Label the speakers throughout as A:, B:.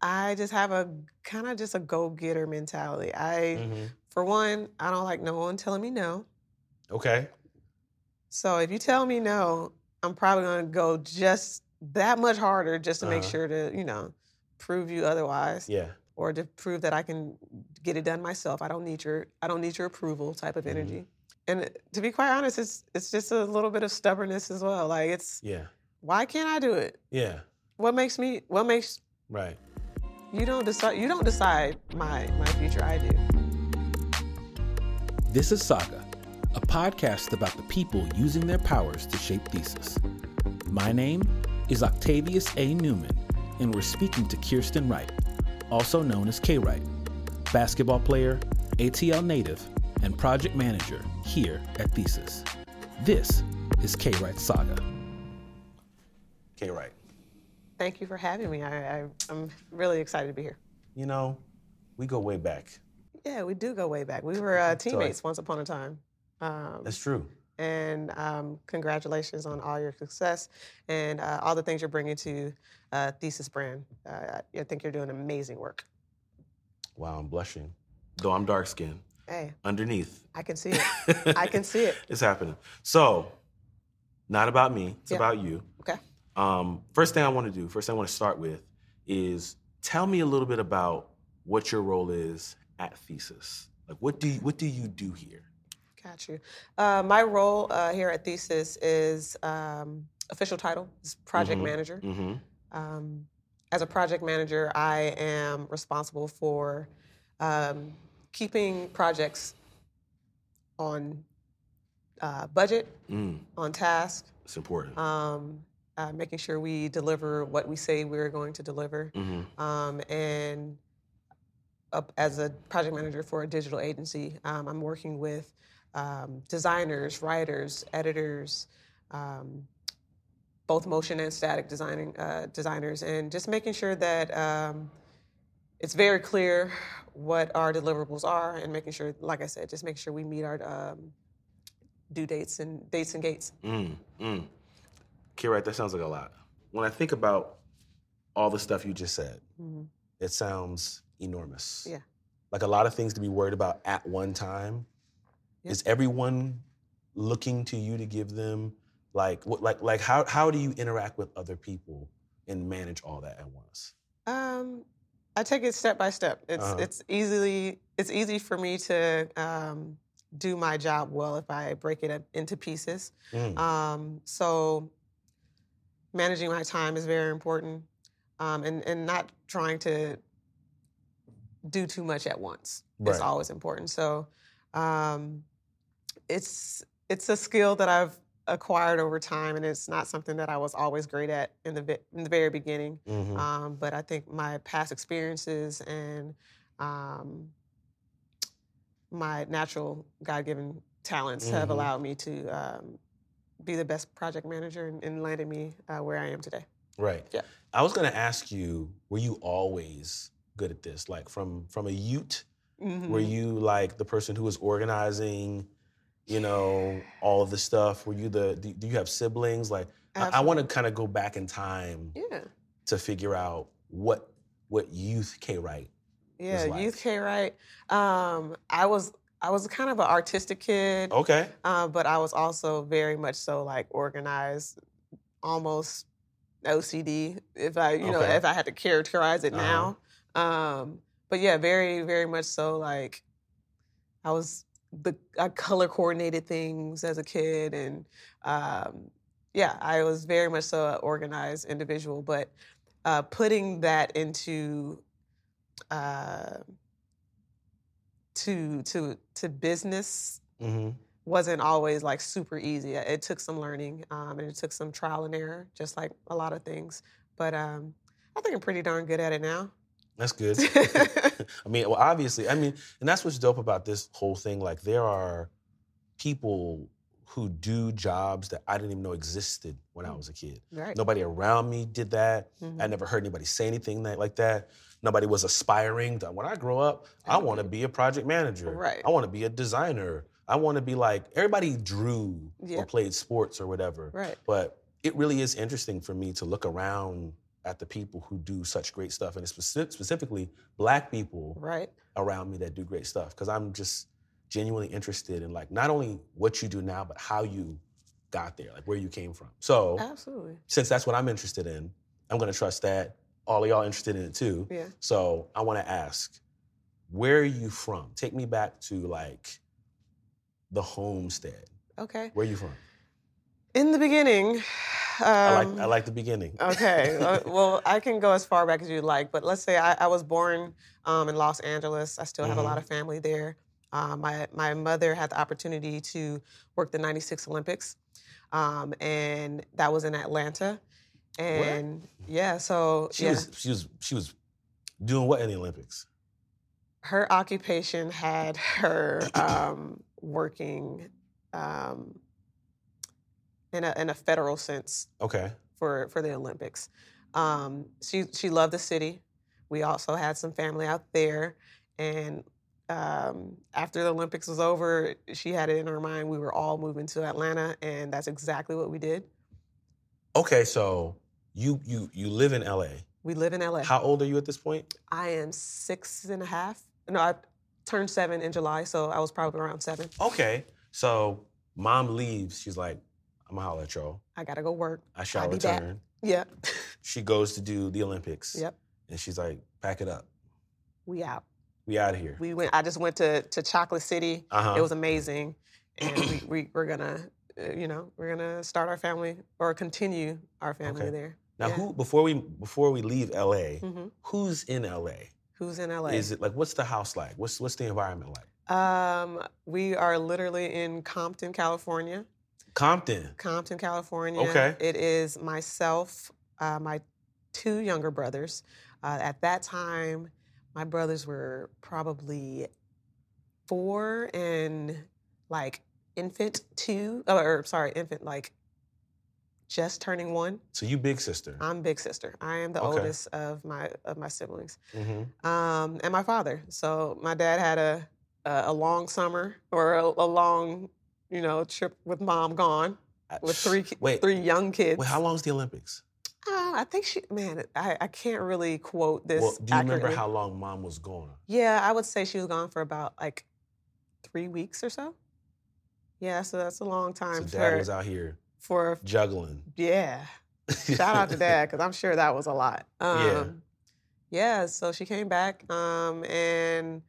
A: I just have a kind of just a go getter mentality. I,
B: Mhm.
A: for one, I don't like no one telling me no.
B: Okay.
A: So if you tell me no, I'm probably going to go just that much harder just to make
B: Uh-huh.
A: sure to, you know, prove you otherwise
B: Yeah.
A: or to prove that I can get it done myself. I don't need your I don't need your approval type of
B: Mhm.
A: energy. And uh, to be quite honest, it's it's just a little bit of stubbornness as well. Like it's
B: Yeah.
A: why can't I do it?
B: Yeah.
A: What makes me what makes
B: Right.
A: you don't decide you don't decide my my future, I do.
C: This is Saga, a podcast about the people using their powers to shape thesis. My name is Octavius A. Newman, and we're speaking to Kirsten Wright, also known as K Wright, basketball player, ATL native, and project manager here at Thesis. This is K Wright Saga.
B: Okay. Right.
A: Thank you for having me. I, I I'm really excited to be here.
B: You know, we go way back.
A: Yeah, we do go way back. We were uh, teammates once upon a time. Um,
B: That's true.
A: and um, congratulations on all your success and uh, all the things you're bringing to uh, Thesis Brand. Uh, I think you're doing amazing work.
B: Wow, I'm blushing. Though I'm dark skinned.
A: Hey,
B: Underneath.
A: I can see it. I can see it.
B: It's happening. So, not about me, it's
A: Yeah.
B: about you.
A: Okay.
B: Um, first thing I want to do, first thing I want to start with is tell me a little bit about what your role is at Thesis. Like what do you, what do you do here?
A: Got you. Uh, my role uh, here at Thesis is um, official title is project
B: Mhm.
A: manager.
B: Mm-hmm.
A: Um, as a project manager, I am responsible for um, keeping projects on uh, budget,
B: Mm,
A: on task,
B: it's important.
A: um, uh, making sure we deliver what we say we're going to deliver.
B: mm-hmm.
A: Um, and up as a project manager for a digital agency, um, I'm working with um, designers, writers, editors, um, both motion and static designing uh, designers, and just making sure that um, it's very clear what our deliverables are, and making sure, like I said, just making sure we meet our um, due dates and dates and gates.
B: Mm, mm. Kirat, that sounds like a lot. When I think about all the stuff you just said,
A: Mhm.
B: it sounds enormous.
A: Yeah.
B: Like a lot of things to be worried about at one time.
A: Yeah.
B: Is everyone looking to you to give them like what like like how how do you interact with other people and manage all that at once?
A: Um, I take it step by step. It's
B: Uh-huh.
A: it's easily it's easy for me to um, do my job well if I break it up into pieces.
B: Mm,
A: Um, so managing my time is very important, um, and and not trying to do too much at once
B: Right.
A: is always important. So um, it's it's a skill that I've acquired over time, and it's not something that I was always great at in the ve- in the very beginning.
B: mhm.
A: Um, but I think my past experiences and um, my natural God given talents have
B: Mhm.
A: allowed me to um, be the best project manager and, and landed me uh, where I am today.
B: Right.
A: yeah.
B: I was gonna ask you, were you always good at this? Like from from a ute Were
A: Mhm.
B: you like the person who was organizing, you know, all of the stuff? Were you the, do, do you have siblings? Like, I, I want to kind of go back in time
A: Yeah.
B: to figure out what what youth K Wright.
A: Yeah.
B: like?
A: Youth K, right? Um, I was. I was kind of an artistic kid,
B: Okay.
A: uh, but I was also very much so like organized, almost OCD. If I, you know,
B: Okay.
A: if I had to characterize it
B: Uh-huh.
A: now, um, but yeah, very, very much so. Like I was the I color coordinated things as a kid, and um, yeah, I was very much so an organized individual. But uh, putting that into uh, to to to business
B: Mm-hmm.
A: wasn't always like super easy. It took some learning um, and it took some trial and error, just like a lot of things. But um, I think I'm pretty darn good at it now.
B: That's good. I mean, well, obviously, I mean, and that's what's dope about this whole thing. Like, there are people who do jobs that I didn't even know existed when I was a kid.
A: right.
B: Nobody around me did that.
A: Mhm.
B: I never heard anybody say anything that, like that. Nobody was aspiring. To, when I grow up, I want to be a project manager.
A: Right.
B: I want to be a designer. I want to be like everybody drew
A: Yeah.
B: or played sports or whatever.
A: Right.
B: But it really is interesting for me to look around at the people who do such great stuff, and it's speci- specifically black people
A: right?
B: around me that do great stuff because I'm just genuinely interested in like not only what you do now, but how you got there, like where you came from. So
A: Absolutely.
B: since that's what I'm interested in, I'm gonna trust that all of y'all interested in it too.
A: Yeah.
B: So I want to ask, where are you from? Take me back to like the homestead.
A: Okay.
B: Where are you from?
A: In the beginning, um,
B: I like I like the beginning.
A: okay. uh, well, I can go as far back as you'd like, but let's say I, I was born um, in Los Angeles. I still have
B: Mhm.
A: a lot of family there. Um, my my mother had the opportunity to work the '96 Olympics, um, and that was in Atlanta. And yeah, so
B: she
A: yeah,
B: was she was she was doing what in the Olympics?
A: her occupation had her um, working um, in a in a federal sense.
B: Okay.
A: for for the Olympics. Um, she she loved the city. We also had some family out there, and um, after the Olympics was over, she had it in her mind we were all moving to Atlanta, and that's exactly what we did.
B: Okay, so you you you live in LA.
A: We live in LA.
B: How old are you at this point?
A: I am six and a half. No, I turned seven in July, so I was probably around seven.
B: Okay. So mom leaves. She's like, I'm gonna holler at y'all.
A: I gotta go work.
B: I shall
A: I'll be back.
B: return.
A: Yeah,
B: She goes to do the Olympics.
A: Yep.
B: And she's like, pack it up.
A: we out.
B: We out of here.
A: We went. I just went to to Chocolate City.
B: uh-huh.
A: It was amazing, and we, we we're gonna, uh, you know, we're gonna start our family or continue our family
B: Okay.
A: there.
B: now
A: yeah.
B: who before we before we leave LA,
A: Mhm.
B: who's in LA?
A: Who's in LA?
B: Is it like what's the house like? What's what's the environment like?
A: Um, we are literally in Compton, California.
B: Compton.
A: Compton, California.
B: Okay.
A: It is myself, uh, my two younger brothers. Uh, at that time, my brothers were probably four and like infant two, oh, or sorry, infant like just turning one.
B: So you big sister.
A: I'm big sister. I am the
B: Okay.
A: oldest of my of my siblings,
B: hmm
A: um, and my father. So my dad had a a, a long summer or a, a long, you know, trip with mom gone with three ki-
B: Uh, Wait.
A: three young kids.
B: Wait, how long's the Olympics?
A: Uh, I think she. Man, I, I can't really quote this.
B: well, do you remember
A: accurately.
B: how long mom was gone?
A: Yeah, I would say she was gone for about like three weeks or so. Yeah, so that's a long
B: So
A: time
B: dad
A: for
B: was out here
A: for
B: juggling.
A: yeah. Shout out to dad because I'm sure that was a lot.
B: Yeah.
A: Um, yeah. So she came back um, and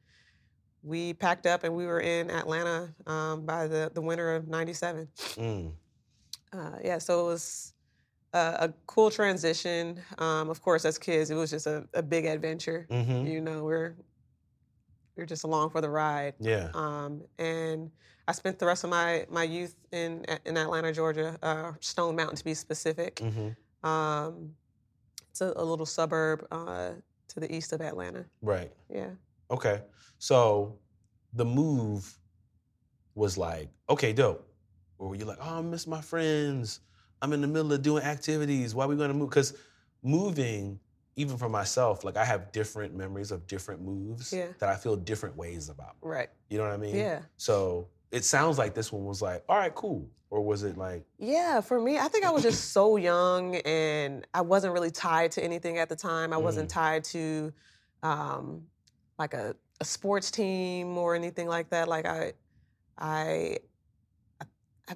A: we packed up and we were in Atlanta um, by the, the winter of 97.
B: Mm.
A: Uh, yeah. So it was a, a cool transition. Um, of course, as kids, it was just a, a big adventure.
B: hmm
A: You know, we're, we're just along for the ride.
B: Yeah.
A: Um, and I spent the rest of my, my youth in, in Atlanta, Georgia, uh, Stone Mountain to be specific.
B: hmm
A: Um, it's a, a little suburb uh, to the east of Atlanta.
B: Right.
A: Yeah.
B: Okay. So the move was like, okay, dope. Or were you like, oh, I miss my friends. I'm in the middle of doing activities. Why are we going to move? Because moving, even for myself, like I have different memories of different moves
A: Yeah.
B: that I feel different ways about.
A: Right.
B: You know what I mean?
A: Yeah.
B: So it sounds like this one was like, all right, cool. Or was it like,
A: Yeah, for me, I think I was just so young and I wasn't really tied to anything at the time. I
B: Mm.
A: wasn't tied to um, like a, a sports team or anything like that. Like I, I, I,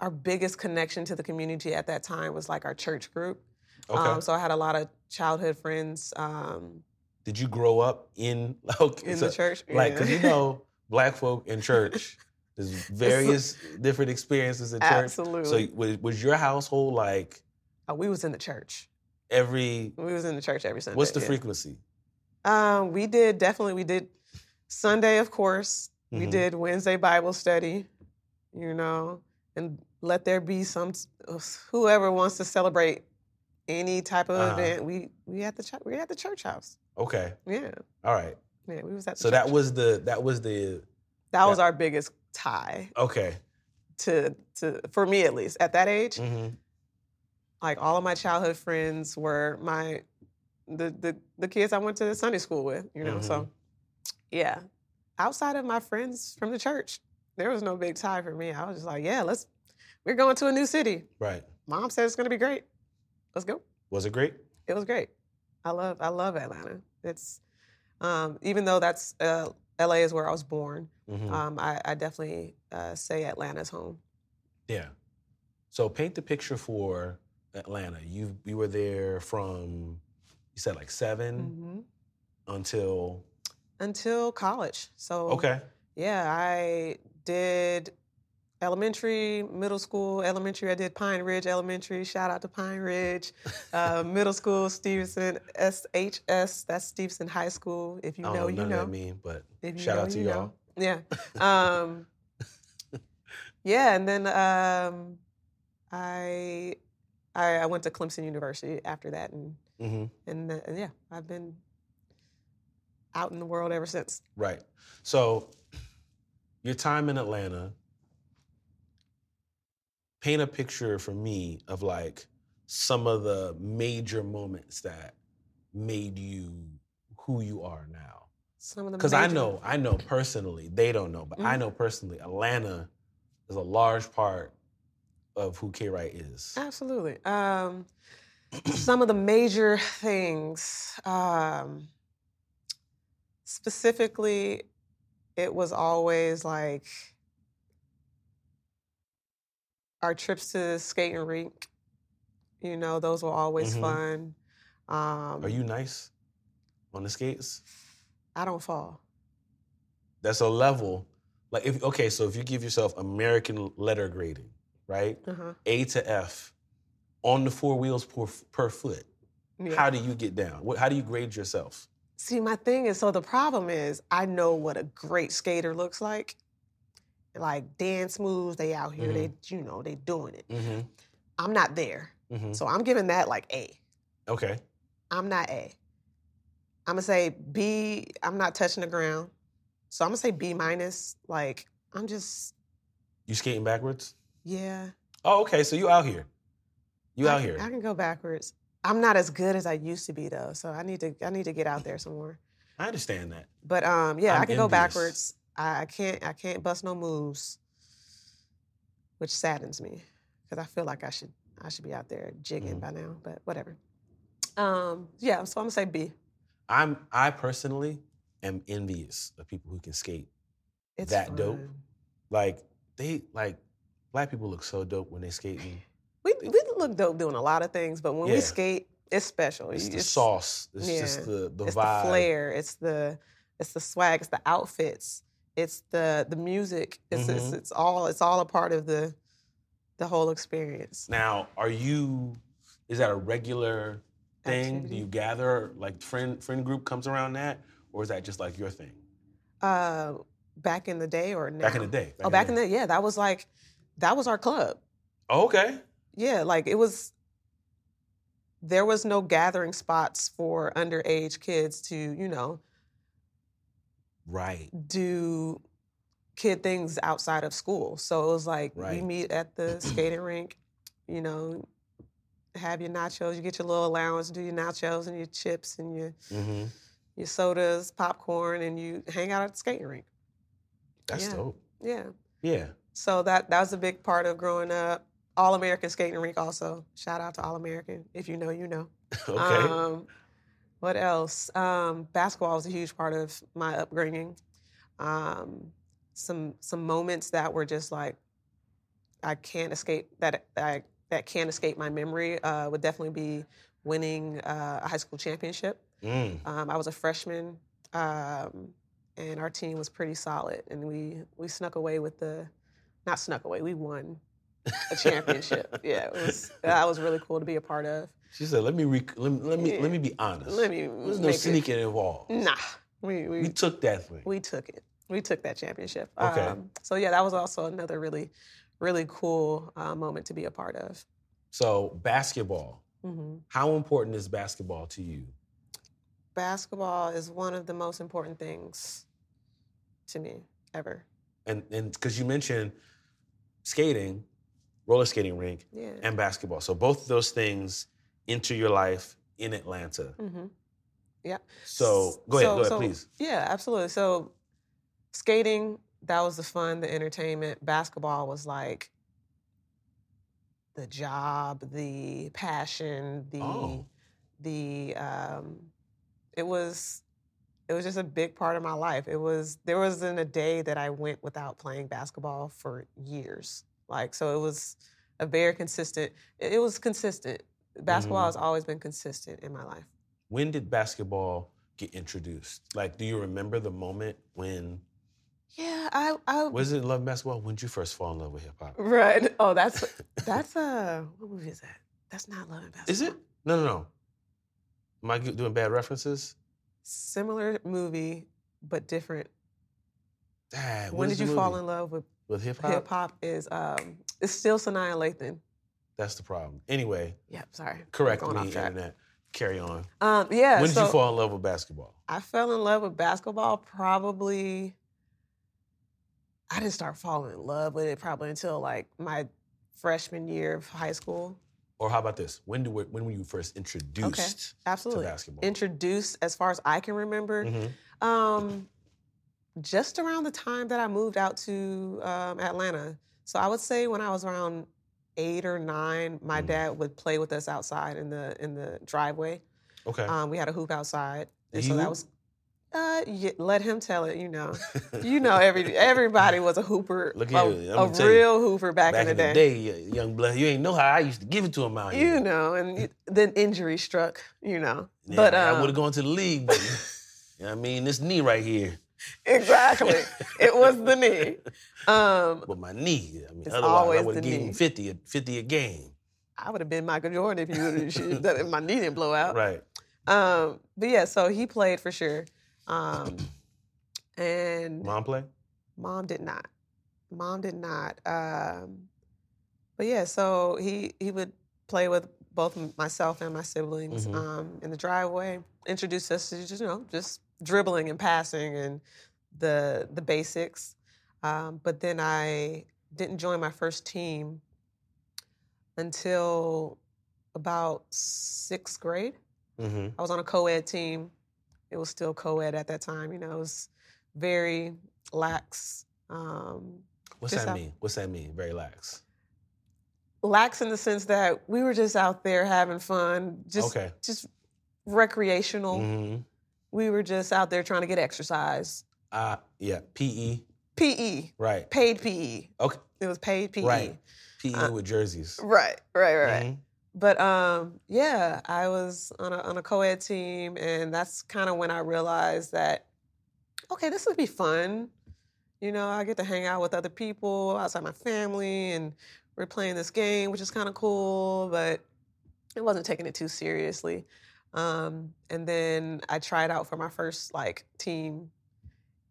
A: our biggest connection to the community at that time was like our church group.
B: okay.
A: Um, so I had a lot of childhood friends um,
B: Did you grow up in, okay,
A: in
B: so-
A: the church.
B: Like,
A: Yeah.
B: because you know, black folk in church, there's various different experiences in church.
A: Absolutely.
B: So was, was your household like
A: Oh, we was in the church.
B: every?
A: We was in the church every Sunday.
B: What's the
A: yeah.
B: frequency?
A: Um, we did definitely. We did Sunday, of course. We
B: Mhm.
A: did Wednesday Bible study. You know, and let there be some uh, whoever wants to celebrate any type of
B: Uh-huh.
A: event. We we at the church. We at the church house.
B: Okay,
A: Yeah,
B: all right.
A: yeah. We was at. The
B: So that
A: church.
B: was the that was the
A: that was our biggest tie
B: okay.
A: to to for me at least at that age.
B: hmm
A: Like all of my childhood friends were my the the the kids I went to Sunday school with. You know, so. yeah, outside of my friends from the church, there was no big tie for me. I was just like, yeah, let's, we're going to a new city.
B: Right.
A: Mom said it's going to be great. Let's go.
B: Was it great?
A: it was great. I love I love Atlanta. It's um, even though that's uh, LA is where I was born.
B: Mhm.
A: Um, I, I definitely uh, say Atlanta's home.
B: Yeah. So paint the picture for Atlanta. You you were there from you said like 7
A: hmm
B: until
A: Until college, so
B: okay.
A: yeah, I did elementary, middle school, elementary. I did Pine Ridge Elementary. Shout out to Pine Ridge. Uh, middle school, Stevenson SHS. That's Stevenson High School. If you
B: I don't
A: know,
B: know
A: you
B: Oh, none of
A: know.
B: that mean, but
A: If you
B: shout
A: know,
B: out to
A: you
B: y'all.
A: know. Yeah. Um, yeah, and then um, I, I I went to Clemson University after that, and
B: hmm
A: and, the, and yeah, I've been out in the world ever since.
B: Right. So your time in Atlanta. Paint a picture for me of like some of the major moments that made you who you are now.
A: Some of the
B: Because I
A: major-
B: know, I know personally, they don't know, but I know personally, Atlanta is a large part of who K Wright is.
A: Absolutely. Um, some of the major things, um, specifically, it was always like our trips to the skating rink. You know, those were always
B: Mhm.
A: fun. Um,
B: Are you nice on the skates?
A: I don't fall.
B: That's a level. Like, if okay, so if you give yourself American letter grading, right,
A: Uh-huh.
B: A to F, on the four wheels per, per foot,
A: Yeah.
B: how do you get down? What, how do you grade yourself?
A: See, my thing is, so the problem is, I know what a great skater looks like. Like dance moves, they out here, they you know, they doing it.
B: Mm-hmm.
A: I'm not there.
B: hmm
A: So I'm giving that like A.
B: Okay.
A: I'm not A. I'm gonna say B. I'm not touching the ground. So I'm gonna say B minus. Like I'm just
B: You skating backwards?
A: yeah.
B: Oh, okay. So you out here. You
A: I
B: out
A: can-
B: here.
A: I can go backwards. I'm not as good as I used to be though. So I need to I need to get out there some more.
B: I understand that.
A: But um yeah,
B: I'm
A: i can go
B: envious.
A: backwards. I, I can't I can't bust no moves, which saddens me because I feel like I should I should be out there jigging
B: Mm-hmm.
A: by now. But whatever. Um yeah. So I'm gonna say B.
B: I'm I personally am envious of people who can skate.
A: It's
B: That dope?
A: fun.
B: Like they like black people look so dope when they skating.
A: We we look dope doing a lot of things, but when
B: Yeah.
A: we skate, it's special.
B: It's
A: You-
B: the sauce. It's
A: yeah.
B: just the the
A: It's
B: vibe.
A: the flair. It's the it's the swag. It's the outfits. It's the the music. It's it's,
B: Mhm.
A: it's all it's all a part of the the whole experience.
B: Now, are you is that a regular thing? Do
A: Activity.
B: you gather like friend friend group comes around that? Or is that just like your thing?
A: Uh, back in the day or now?
B: Back in the day.
A: oh, back in the yeah, that was like that was our club.
B: Oh, okay.
A: Yeah, like it was. There was no gathering spots for underage kids to you know
B: Right.
A: do kid things outside of school. So it was like
B: Right.
A: you meet at the skating rink, you know, have your nachos, you get your little allowance, do your nachos and your chips and your
B: Mm-hmm.
A: your sodas, popcorn, and you hang out at the skating rink.
B: That's
A: Yeah.
B: dope.
A: Yeah.
B: Yeah.
A: So that that was a big part of growing up. All American skating rink also. Shout out to All American. If you know, you know.
B: okay.
A: Um, what else? Um, basketball was a huge part of my upbringing. Um, some some moments that were just like I can't escape that I, that can't escape my memory uh, would definitely be winning uh, a high school championship.
B: Mm.
A: Um, I was a freshman, um, and our team was pretty solid, and we we snuck away with the, not snuck away, we won a championship. yeah, it was, that was really cool to be a part of.
B: She said, let me rec- let me let me,
A: Yeah.
B: let me be honest.
A: Let me
B: There's no
A: make it-
B: sneaking involved.
A: Nah, we
B: We
A: we,
B: took that thing.
A: we took it. We took that championship. Um,
B: Okay.
A: so yeah, that was also another really, really cool uh, moment to be a part of.
B: So basketball.
A: hmm
B: How important is basketball to you?
A: Basketball is one of the most important things to me ever.
B: And and because you mentioned skating, roller skating rink,
A: Yeah.
B: and basketball. So both of those things enter your life in Atlanta.
A: hmm Yeah.
B: So go ahead,
A: So-
B: go ahead,
A: so-
B: please.
A: Yeah, absolutely. So skating, that was the fun, the entertainment. Basketball was like the job, the passion, the
B: Oh.
A: the um, it was it was just a big part of my life. It was there wasn't a day that I went without playing basketball for years. Like so, it was a very consistent. It, it was consistent. Basketball
B: Mhm.
A: has always been consistent in my life.
B: When did basketball get introduced? Like, do you remember the moment when
A: Yeah, I, I
B: was it love basketball? When did you first fall in love with hip hop?
A: right. Oh, that's that's uh, what movie is that? That's not Love and Basketball.
B: Is it? No, no, no. Am I g- doing bad references?
A: similar movie but different?
B: Dad, what
A: when
B: is
A: did you
B: the
A: fall
B: movie?
A: in love with
B: with hip
A: hip
B: hop?
A: hop? Is um, it's still Sanaa Lathan.
B: That's the problem. Anyway,
A: Yep, sorry.
B: correct
A: Going
B: me,
A: off track.
B: internet. Carry on.
A: Um, yeah.
B: when did
A: so
B: you fall in love with basketball?
A: I fell in love with basketball probably. I didn't start falling in love with it probably until like my freshman year of high school.
B: Or how about this? When do when were you first introduced
A: Absolutely.
B: to basketball?
A: Introduced as far as I can remember.
B: Mhm.
A: Um, just around the time that I moved out to um, Atlanta. So I would say when I was around eight or nine, my
B: Mm.
A: dad would play with us outside in the in the driveway.
B: Okay.
A: Um, we had a hoop outside, and
B: Did
A: so
B: he
A: that
B: hoop?
A: was. Uh, yeah, let him tell it. You know, you know, every everybody was a hooper,
B: Look
A: a,
B: at you, I'ma
A: a
B: tell you,
A: real hooper back,
B: Back in the day, y- young blood, you ain't know how I used to give it to him out here.
A: You know, and y- then injury struck. You know,
B: Yeah,
A: but
B: I
A: um,
B: would have gone to the league, but you know what I mean, this knee right here,
A: exactly, it was the knee. Um,
B: but my knee. I mean,
A: It's
B: otherwise I
A: always
B: would have
A: the
B: given him
A: knee.
B: 50 a, 50 a game.
A: I would have been Michael Jordan if you would've shoot- that- if my knee didn't blow out.
B: Right.
A: Um, but yeah, so he played for sure, um, and
B: Mom play?
A: mom did not. Mom did not. Um, but yeah, so he he would play with both m- myself and my siblings
B: Mhm.
A: um, in the driveway. Introduced us to just you know just dribbling and passing and the the basics. Um, but then I didn't join my first team until about sixth grade.
B: Mm-hmm.
A: I was on a co ed team. It was still co ed at that time. You know, it was very lax. Um,
B: What's
A: Just
B: that
A: out-
B: mean? What's that mean? Very lax.
A: lax in the sense that we were just out there having fun, just,
B: okay.
A: just recreational.
B: hmm
A: We were just out there trying to get exercise.
B: Uh, yeah. PE.
A: PE,
B: Right.
A: paid PE.
B: Okay.
A: It was paid E. PE.
B: Right. PE
A: Uh,
B: with jerseys.
A: Right, right, right, right.
B: Mhm.
A: But um, yeah, I was on a on a co-ed team, and that's kind of when I realized that okay, this would be fun. You know, I get to hang out with other people outside my family, and we're playing this game, which is kind of cool. But it wasn't taking it too seriously. Um, and then I tried out for my first like team,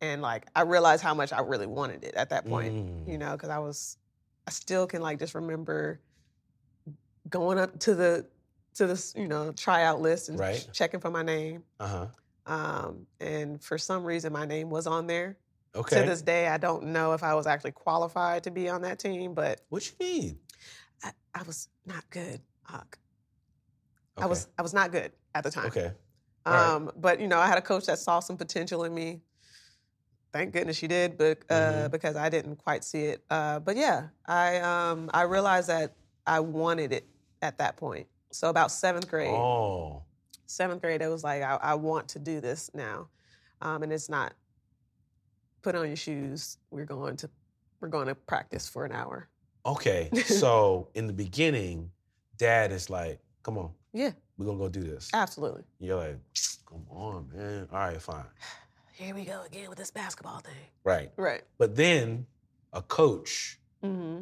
A: and like I realized how much I really wanted it at that point
B: Mm.
A: you know, because I was, I still can like just remember going up to the to this you know tryout list and
B: Right.
A: checking for my name.
B: Uh-huh.
A: Um, and for some reason, my name was on there.
B: Okay.
A: To this day, I don't know if I was actually qualified to be on that team, but
B: what you mean?
A: I, I was not good. Huck.
B: Okay.
A: I was I was not good at the time.
B: okay. all right.
A: Um, But you know, I had a coach that saw some potential in me. Thank goodness she did, but uh,
B: Mhm.
A: because I didn't quite see it. Uh, but yeah, I um, I realized that I wanted it at that point. So about seventh grade,
B: Oh.
A: seventh grade, it was like I, I want to do this now, um, and it's not. Put on your shoes. We're going to we're going to practice for an hour.
B: Okay. so in the beginning, dad is like, come on.
A: Yeah. Uh
B: We're gonna go do this.
A: Absolutely.
B: You're like, come on, man. All right, fine.
A: Here we go again with this basketball thing.
B: Right.
A: Right.
B: But then a coach
A: hmm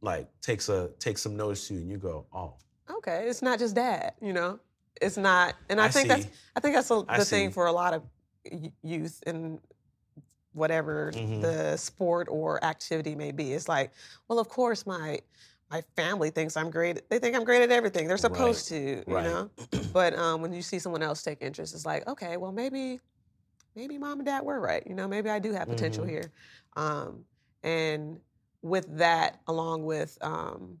B: like takes a takes some notice to you and you go, oh,
A: Okay. It's not just dad. You know. It's not. And I,
B: I
A: think
B: see.
A: that's I think that's the
B: I
A: the thing
B: see.
A: for a lot of y- youth in whatever
B: Mhm.
A: the sport or activity may be. It's like, well, of course, my my family thinks I'm great. They think I'm great at everything. They're
B: Right.
A: supposed to, you
B: Right.
A: know. But um, when you see someone else take interest, it's like, okay, well, maybe maybe mom and dad were right. You know, maybe I do have potential
B: Mhm.
A: here. Um, and with that, along with um,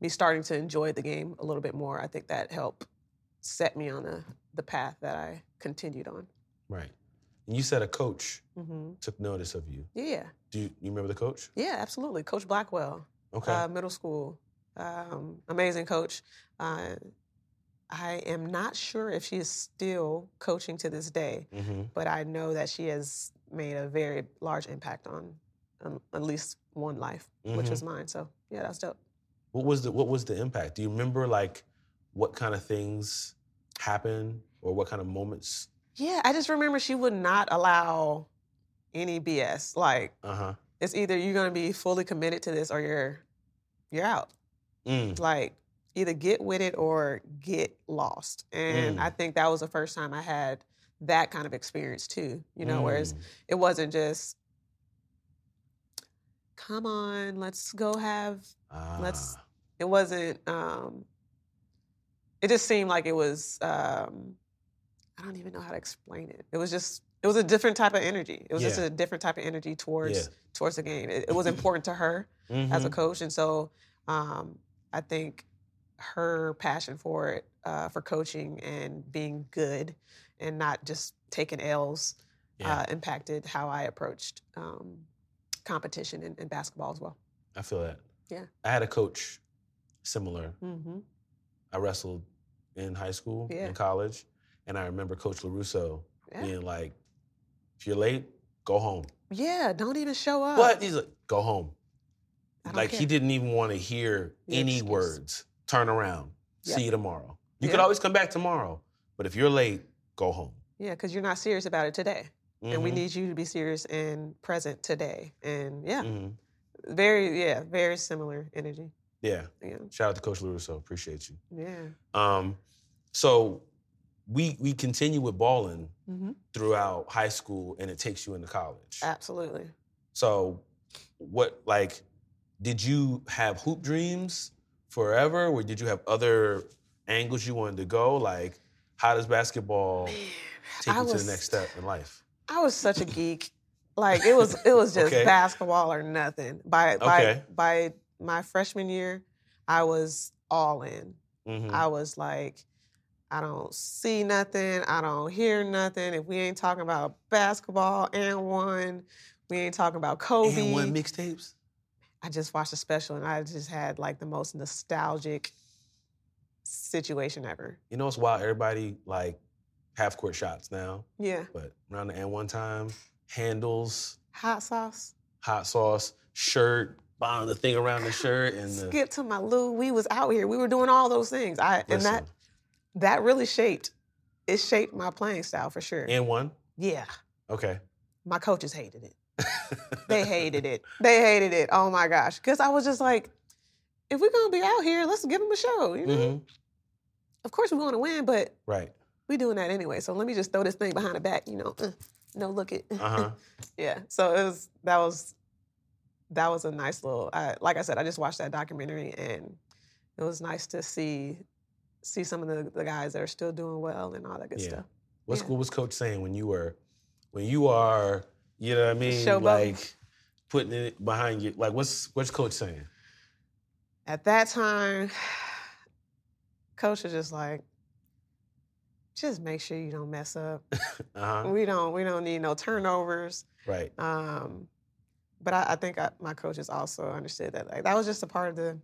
A: me starting to enjoy the game a little bit more, I think that helped set me on the, the path that I continued on.
B: right. And you said a coach
A: hmm
B: took notice of you.
A: Yeah,
B: Do you, you remember the coach?
A: yeah, absolutely. Coach Blackwell,
B: Okay.
A: um, uh, middle school, um, amazing coach. Uh, I am not sure if she is still coaching to this day,
B: Mm-hmm.
A: but I know that she has made a very large impact on, on at least one life, which
B: Mhm.
A: was mine. So yeah, that's dope.
B: What was the What was the impact? Do you remember like what kind of things happened or what kind of moments?
A: Yeah, I just remember she would not allow any BS. Like
B: Uh huh.
A: it's either you're gonna be fully committed to this or you're you're out.
B: Mm.
A: Like either get with it or get lost. And
B: Mm.
A: I think that was the first time I had that kind of experience too. You know, whereas
B: Mm.
A: it wasn't just come on, let's go have let's-
B: Ah.
A: it wasn't um it just seemed like it was um i don't even know how to explain it it was just it was a different type of energy it was just
B: Yeah.
A: a different type of energy towards
B: Yeah.
A: towards the game it, it was important to her as a
B: Mhm.
A: coach and so um i think her passion for it uh, for coaching and being good and not just taking l's
B: Yeah,
A: uh, impacted how i approached um, competition in, in basketball as well
B: I feel that.
A: yeah.
B: I had a coach similar.
A: mm-hmm.
B: I wrestled in high school,
A: Yeah.
B: in college, and I remember Coach Larusso
A: Yeah.
B: being like, "If you're late, go home."
A: yeah don't even show up
B: What? He's like, "Go home."
A: I don't
B: Like he
A: care.
B: didn't even want to hear
A: The
B: any
A: excuse.
B: words. Turn around.
A: Yeah.
B: See you tomorrow. You could
A: Yeah.
B: always come back tomorrow, but if you're late, go home.
A: Yeah, because you're not serious about it today. And we
B: Mhm.
A: need you to be serious and present today. And yeah,
B: Mhm.
A: very, yeah, very similar energy.
B: Yeah.
A: Yeah.
B: Shout out to Coach Larusso. Appreciate you.
A: Yeah.
B: Um, so we we continue with balling
A: Mm-hmm.
B: throughout high school, and it takes you into college.
A: Uh. Absolutely.
B: So, what like did you have hoop dreams forever, or did you have other angles you wanted to go? Like, how does basketball take
A: I
B: you to
A: was-
B: the next step in life?
A: I was such a geek. Like it was it was just
B: Okay.
A: basketball or nothing. By by
B: Okay.
A: by my freshman year, I was all in.
B: Mhm.
A: I was like, I don't see nothing. I don't hear nothing. If we ain't talking about basketball and one, we ain't talking about Kobe.
B: and one mixtapes.
A: I just watched a special and I just had like the most nostalgic situation ever.
B: You know, it's wild. Everybody like half court shots now,
A: Yeah.
B: but around the end one time, handles,
A: Hot sauce.
B: hot sauce, shirt, bond the thing around the shirt, and the
A: Skip to my Lou. We was out here. We were doing all those things. I and
B: listen,
A: that that really shaped it shaped my playing style for sure.
B: and one.
A: yeah.
B: Okay.
A: My coaches hated it. They hated it. They hated it. Oh my gosh. Cause I was just like, if we're gonna be out here, let's give them a show. You know?
B: Mhm.
A: Of course we wanna win, but
B: Right.
A: we doing that anyway. So let me just throw this thing behind the back, you know. uh, no look it.
B: Uh huh.
A: Yeah. So it was that was that was a nice little. I, like I said, I just watched that documentary, and it was nice to see see some of the, the guys that are still doing well and all that good
B: Yeah.
A: stuff.
B: What's
A: Yeah.
B: what was coach saying when you were when you are, you know what I mean?
A: Showboating.
B: Like putting it behind you. Like what's what's coach saying?
A: At that time, coach was just like, just make sure you don't mess up.
B: Uh-huh.
A: we don't we don't need no turnovers.
B: Right.
A: Um, but I, I think I, my coaches also understood that like that was just a part of the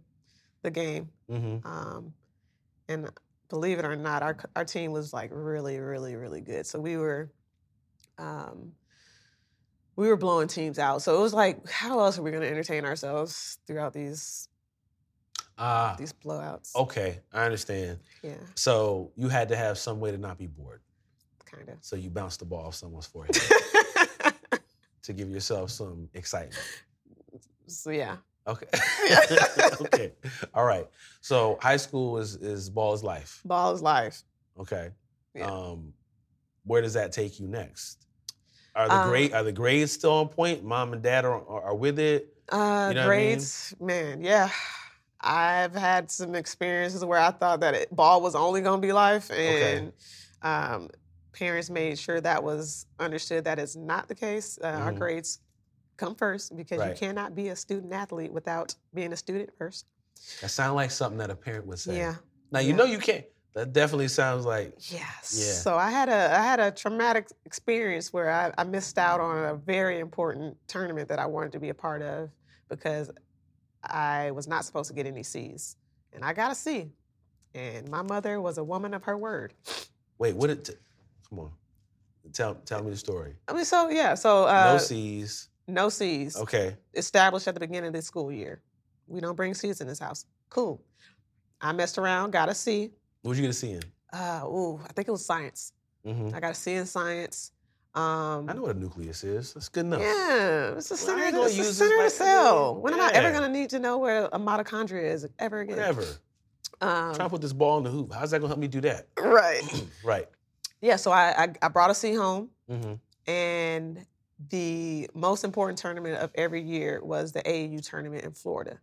A: the game.
B: Mm-hmm.
A: Um, and believe it or not, our our team was like really, really, really good. So we were, um, we were blowing teams out. So it was like, how else are we going to entertain ourselves throughout these
B: Ah.
A: these blowouts?
B: okay. I understand.
A: Yeah,
B: So you had to have some way to not be bored.
A: kind of.
B: So you bounced the ball off someone's forehead to give yourself some excitement.
A: so yeah,
B: Okay. okay. All right. So high school is is ball is life.
A: ball is life.
B: Okay.
A: Yeah.
B: Um, where does that take you next? Are the
A: Um,
B: grade are the grades still on point? Mom and dad are are, are with it.
A: Uh,
B: You know what I mean?
A: grades, man. Yeah, I've had some experiences where I thought that it, ball was only going to be life,
B: Okay.
A: and um, parents made sure that was understood. That is not the case. Uh, Our
B: Mhm.
A: grades come first because you
B: Right.
A: cannot be a student athlete without being a student first.
B: That sounds like something that a parent would say.
A: Yeah,
B: Now you
A: yeah.
B: know you can't. That definitely sounds like
A: yes.
B: Yeah.
A: So I had a I had a traumatic experience where I, I missed out on a very important tournament that I wanted to be a part of because I was not supposed to get any C's, and I got a C. And my mother was a woman of her word.
B: Wait, what it? T- come on, tell tell me the story.
A: I mean, so yeah, so uh,
B: no C's.
A: no C's
B: Okay.
A: established at the beginning of the school year. We don't bring C's in this house. Cool. I messed around, got a C.
B: What would you get a C in?
A: Uh, ooh, I think it was science.
B: hmm
A: I got a C in science. Um,
B: I know what a nucleus is. That's good enough.
A: Yeah, it's the
B: Well, I
A: center,
B: ain't
A: of
B: gonna
A: the- it's the
B: use this
A: center of the
B: back to the-
A: cell. When am I ever
B: Yeah.
A: going to need to know where a mitochondria is ever again?
B: Whatever.
A: Um,
B: Try to put this ball in the hoop. How's that gonna help me do that?
A: right.
B: right.
A: Yeah, so I, I, I brought a C home,
B: hmm
A: and the most important tournament of every year was the AAU tournament in Florida.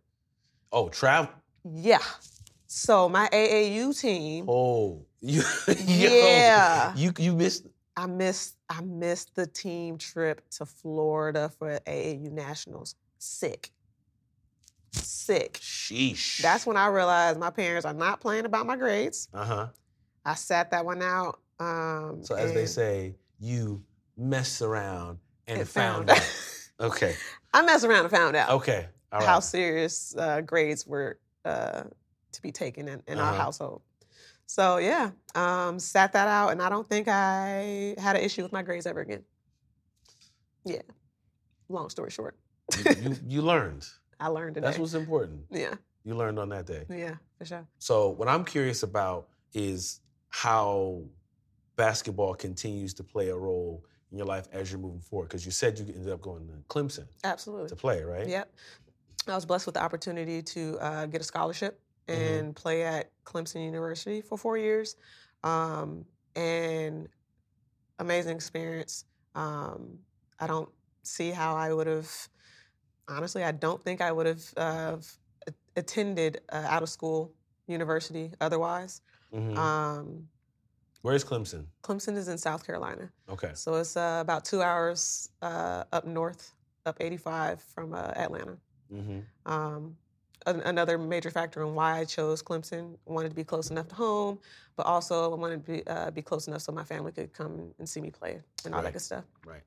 B: Oh, travel.
A: Yeah. So my AAU team,
B: Oh, you, yo,
A: Yeah.
B: You you missed.
A: I missed I missed the team trip to Florida for AAU Nationals. Sick. Sick.
B: Sheesh.
A: That's when I realized my parents are not playing about my grades.
B: Uh huh.
A: I sat that one out. Um,
B: So as they
A: and-
B: say, you mess around and,
A: and
B: found out. Okay.
A: I messed around and found out
B: Okay. All right.
A: how serious uh, grades were uh, to be taken in, in our
B: Uh-huh.
A: household. So yeah, um, sat that out, and I don't think I had an issue with my grades ever again. Yeah. Long story short,
B: you, you, you learned.
A: I learned today.
B: That's what's important.
A: yeah,
B: You learned on that day.
A: yeah, for sure.
B: So what I'm curious about is how basketball continues to play a role in your life as you're moving forward. Because you said you ended up going to Clemson
A: Absolutely.
B: to play, right?
A: Yep. I was blessed with the opportunity to uh, get a scholarship
B: Mhm.
A: and play at Clemson University for four years. Um, and amazing experience. Um, I don't see how I would have, honestly, I don't think I would have uh, a- attended uh, out of school university otherwise.
B: Mhm.
A: Um,
B: Where's Clemson?
A: Clemson is in South Carolina.
B: Okay.
A: So it's uh, about two hours uh, up north, up 85 from uh, Atlanta.
B: Mm-hmm.
A: Um, an- another major factor in why I chose Clemson wanted to be close enough to home, but also I wanted to be, uh, be close enough so my family could come and see me play and all that
B: Right.
A: good stuff.
B: Right.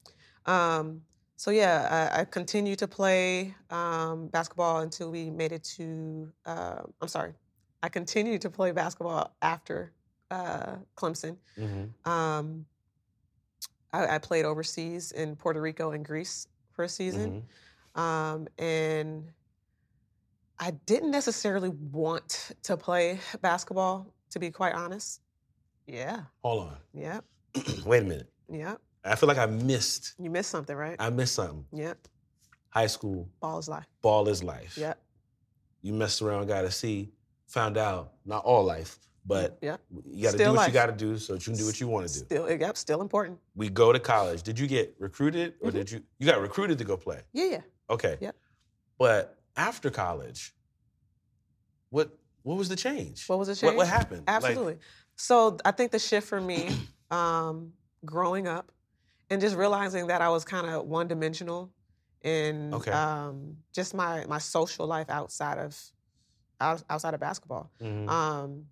A: Um, so yeah, I, I continued to play um, basketball until we made it to. Uh, I'm sorry, I continued to play basketball after uh, Clemson.
B: Mm-hmm.
A: Um, I, I played overseas in Puerto Rico and Greece for a season
B: Mm-hmm.
A: um, and I didn't necessarily want to play basketball, to be quite honest. Yeah,
B: Hold on.
A: yeah,
B: Wait a minute.
A: yeah.
B: I feel like I missed.
A: You missed something, right?
B: I missed something.
A: yep.
B: High school
A: Ball is life.
B: ball is life.
A: Yep.
B: You messed around, got a C, found out not all life, but
A: yep.
B: you got to do
A: Still
B: what
A: life.
B: you got to do so that you can do what you want to do.
A: Still, yep. Still important.
B: We go to college. Did you get recruited, or
A: Mhm.
B: did you you got recruited to go play?
A: Yeah, yeah.
B: Okay.
A: Yep.
B: But after college, what what was the change?
A: What was the
B: What,
A: change?
B: what happened? Like,
A: Absolutely. so I think the shift for me, um, growing up, and just realizing that I was kind of one dimensional in
B: Okay.
A: um, just my my social life outside of out, outside of basketball.
B: mhm,
A: Um,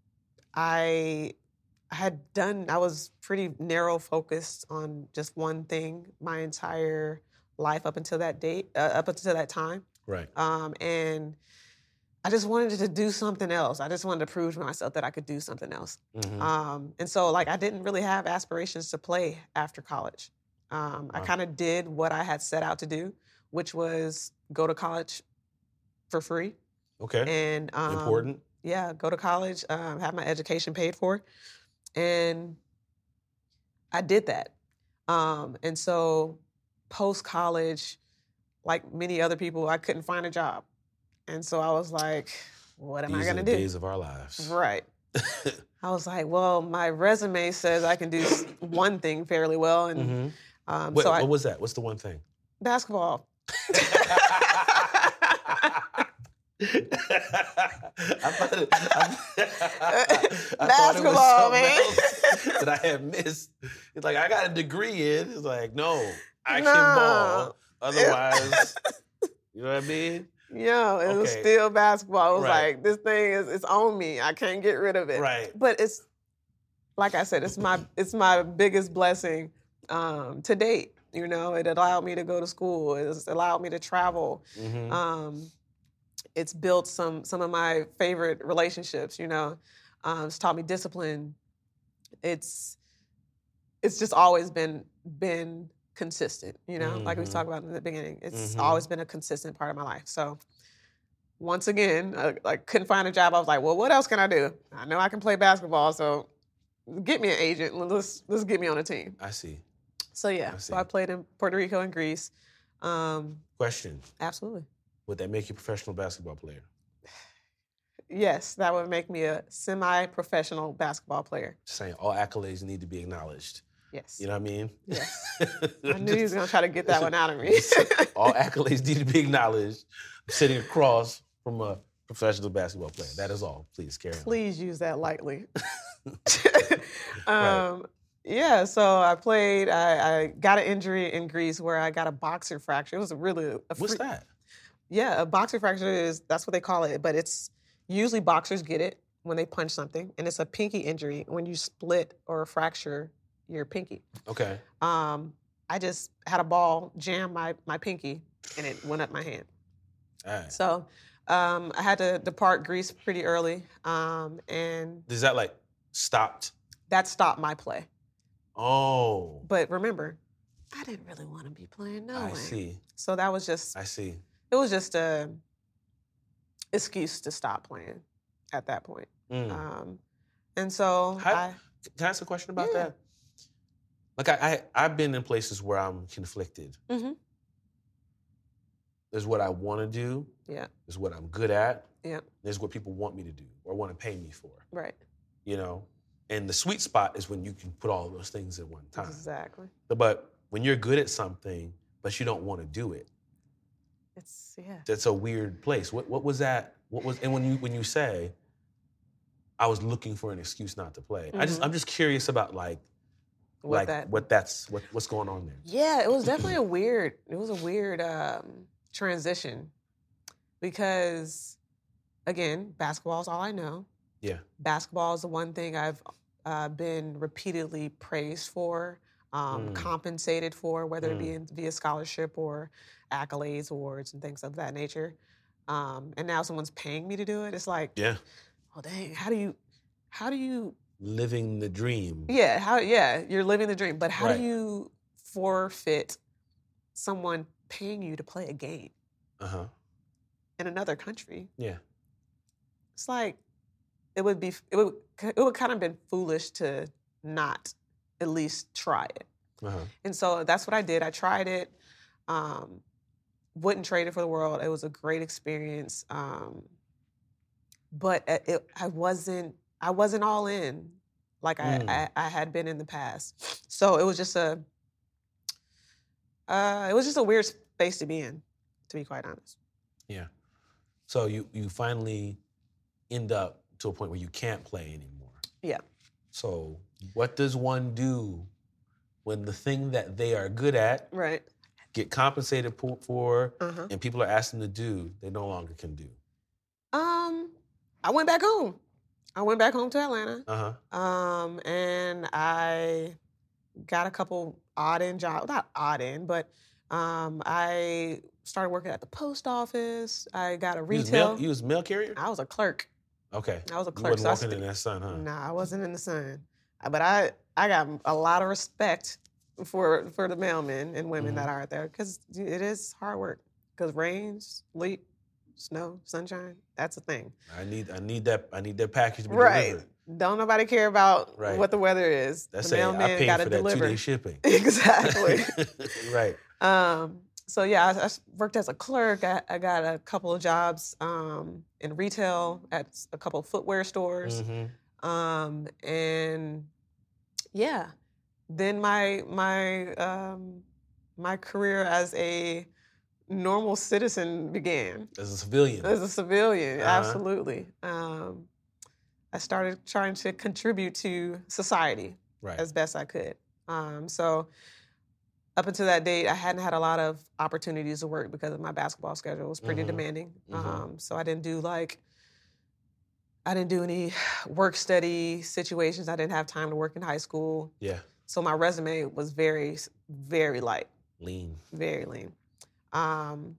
A: I had done, I was pretty narrow focused on just one thing my entire life up until that date, uh, up until that time.
B: right.
A: Um, and I just wanted to do something else. I just wanted to prove to myself that I could do something else.
B: mhm.
A: Um, and so, like, I didn't really have aspirations to play after college. Um, I
B: Wow.
A: kind of did what I had set out to do, which was go to college for free
B: okay.
A: and um,
B: Important.
A: yeah, go to college, um, have my education paid for. And I did that. Um, and so post college, like many other people, I couldn't find a job. And so I was like, what am
B: These
A: I
B: are
A: going to
B: the
A: do?
B: days of our lives.
A: Right. I was like, well, my resume says I can do s- one thing fairly well. And
B: hmm
A: um,
B: what,
A: so I,
B: what was that? What's the one thing?
A: basketball.
B: I thought it, I, I
A: Basketball,
B: thought it
A: man.
B: was something else that I had missed. It's like I got a degree in. It's like no, I can
A: No.
B: ball. Otherwise, you know what I mean?
A: Yeah, it was
B: Okay.
A: still basketball. I was
B: Right.
A: like, this thing is it's on me. I can't get rid of it.
B: Right.
A: But it's like I said, it's my it's my biggest blessing um, to date. You know, it allowed me to go to school. It's allowed me to travel.
B: Mhm.
A: Um, it's built some some of my favorite relationships. You know, Um, it's taught me discipline. It's it's just always been been consistent. You know, like we
B: Mhm.
A: talked about in the beginning, it's
B: Mhm.
A: always been a consistent part of my life. So once again, I, like couldn't find a job. I was like, well, what else can I do? I know I can play basketball, so get me an agent. Let's let's get me on a team.
B: I see.
A: So yeah,
B: I
A: so I
B: see.
A: played in Puerto Rico and Greece. Um,
B: Question:
A: absolutely.
B: Would that make you a professional basketball player?
A: Yes, that would make me a semi-professional basketball player.
B: Just saying, all accolades need to be acknowledged.
A: Yes.
B: You know what I mean?
A: Yes. I knew he was gonna try to get that one out of me.
B: all accolades need to be acknowledged. I'm sitting across from a professional basketball player. That is all. Please carry on.
A: Please use that lightly.
B: Right.
A: um, Yeah, so I played. I, I got an injury in Greece where I got a boxer fracture. It was really a
B: What's
A: freak-
B: that?
A: Yeah, a boxer fracture is that's what they call it, but it's usually boxers get it when they punch something, and it's a pinky injury when you split or fracture your pinky.
B: Okay.
A: Um, I just had a ball jam my my pinky, and it went up my hand.
B: All right.
A: So um, I had to depart Greece pretty early, um, and
B: Is that like stopped?
A: that stopped my play.
B: Oh,
A: But remember, I didn't really want to be playing. No
B: I
A: way.
B: see.
A: So that was just
B: I see.
A: it was just a excuse to stop playing at that point.
B: Mm.
A: Um, and so
B: How-
A: I,
B: Can I ask a question about
A: Yeah.
B: that? Like I, I, I've been in places where I'm conflicted.
A: Mhm.
B: There's what I want to do.
A: Yeah.
B: There's what I'm good at.
A: Yeah.
B: There's what people want me to do or want to pay me for.
A: right
B: You know. And the sweet spot is when you can put all those things at one time.
A: exactly.
B: But when you're good at something, but you don't want to do it,
A: It's yeah.
B: that's a weird place. What, what was that? What was? And when you when you say, I was looking for an excuse not to play. I just
A: Mhm.
B: I'm just curious about like
A: With
B: like
A: that
B: what that's what, what's going on there.
A: Yeah, it was definitely a weird. It was a weird um, transition because, again, basketball is all I know.
B: Yeah.
A: basketball is the one thing I've uh, been repeatedly praised for, um,
B: Mm.
A: compensated for, whether it be
B: Mm.
A: in, via scholarship or accolades, awards, and things of that nature. Um, and now someone's paying me to do it. It's like,
B: Yeah,
A: well, dang, how do you, how do you
B: living the dream.
A: yeah, how yeah, you're living the dream, but how
B: Right.
A: do you forfeit someone paying you to play a game
B: Uh huh.
A: in another country?
B: Yeah.
A: It's like it would be it would it would kind of been foolish to not at least try it.
B: Uh huh.
A: And so that's what I did. I tried it. Um, wouldn't trade it for the world. It was a great experience. Um, but it, it, I wasn't. I wasn't all in like I,
B: Mm.
A: I, I had been in the past. So it was just a. Uh, it was just a weird space to be in, to be quite honest.
B: Yeah. So you you finally end up to a point where you can't play anymore.
A: Yeah.
B: So what does one do when the thing that they are good at
A: Right.
B: get compensated po- for
A: Uh huh.
B: and people are asking to do they no longer can do?
A: Um, I went back home. I went back home to Atlanta.
B: Uh huh.
A: Um, and I got a couple odd in jobs, not odd in, but um, I started working at the post office. I got a
B: You was mail,
A: retail.
B: you was mail carrier?
A: I was a clerk.
B: Okay.
A: I was a
B: You
A: clerk.
B: wasn't
A: So I
B: walking
A: st-
B: in that sun, huh?
A: Nah, I wasn't in the sun, Uh, but I I got a lot of respect for for the mailmen and women
B: Mhm.
A: that are out there because it is hard work. Because rain, sleet, snow, sunshine, that's a thing.
B: I need I need that I need that package to be
A: Right.
B: delivered.
A: Don't nobody care about
B: Right.
A: what the weather is.
B: That's
A: the
B: saying I
A: mailman
B: paid
A: got
B: for
A: to
B: that two
A: deliver.
B: day shipping.
A: Exactly.
B: right.
A: um, so yeah, I, I s- worked as a clerk. I, I got a couple of jobs um, in retail at s- a couple of footwear stores,
B: Mhm.
A: um, and yeah, then my my um, my career as a normal citizen began
B: As a civilian.
A: as a civilian.
B: Uh-huh.
A: Absolutely, um, I started trying to contribute to society
B: right.
A: as best I could. Um, so up until that date, I hadn't had a lot of opportunities to work because of my basketball schedule. It was pretty
B: Mhm.
A: demanding.
B: Mhm.
A: Um, so I didn't do like, I didn't do any work study situations. I didn't have time to work in high school.
B: yeah.
A: So my resume was very, very light,
B: Lean.
A: very lean. Um,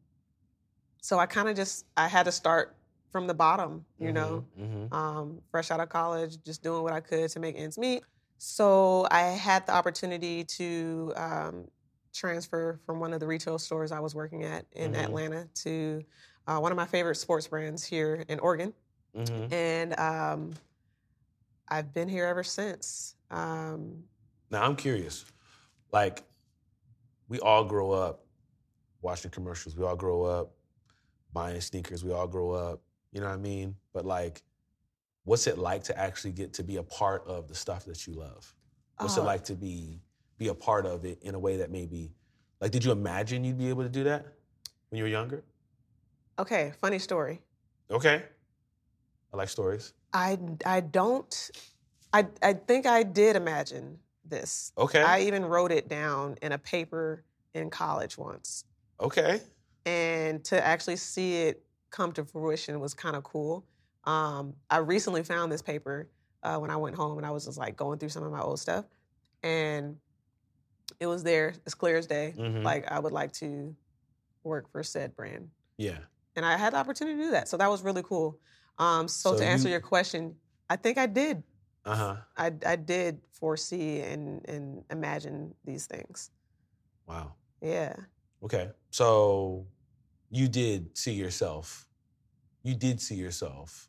A: so I kind of just, I had to start from the bottom, you
B: Mhm,
A: know,
B: mhm.
A: um, fresh out of college, just doing what I could to make ends meet. So I had the opportunity to um, transfer from one of the retail stores I was working at in
B: Mhm.
A: Atlanta to uh, one of my favorite sports brands here in Oregon
B: Mhm.
A: and um, I've been here ever since. Um,
B: Now I'm curious. Like, we all grow up watching commercials. We all grow up buying sneakers. We all grow up. You know what I mean? But like, what's it like to actually get to be a part of the stuff that you love? What's
A: oh,
B: it like to be be a part of it in a way that maybe, like, did you imagine you'd be able to do that when you were younger?
A: Okay, funny story.
B: Okay. I like stories.
A: I I don't. I I think I did imagine this.
B: Okay.
A: I even wrote it down in a paper in college once,
B: okay.
A: and to actually see it come to fruition was kind of cool. Um, I recently found this paper uh, when I went home, and I was just like going through some of my old stuff, and it was there as clear as day.
B: Mhm.
A: like I would like to work for said brand.
B: yeah.
A: And I had the opportunity to do that. So that was really cool. Um, so,
B: So
A: to answer
B: you-
A: your question, I think I did.
B: Uh huh.
A: I, I did foresee and, and imagine these things.
B: Wow.
A: Yeah.
B: Okay. So you did see yourself, you did see yourself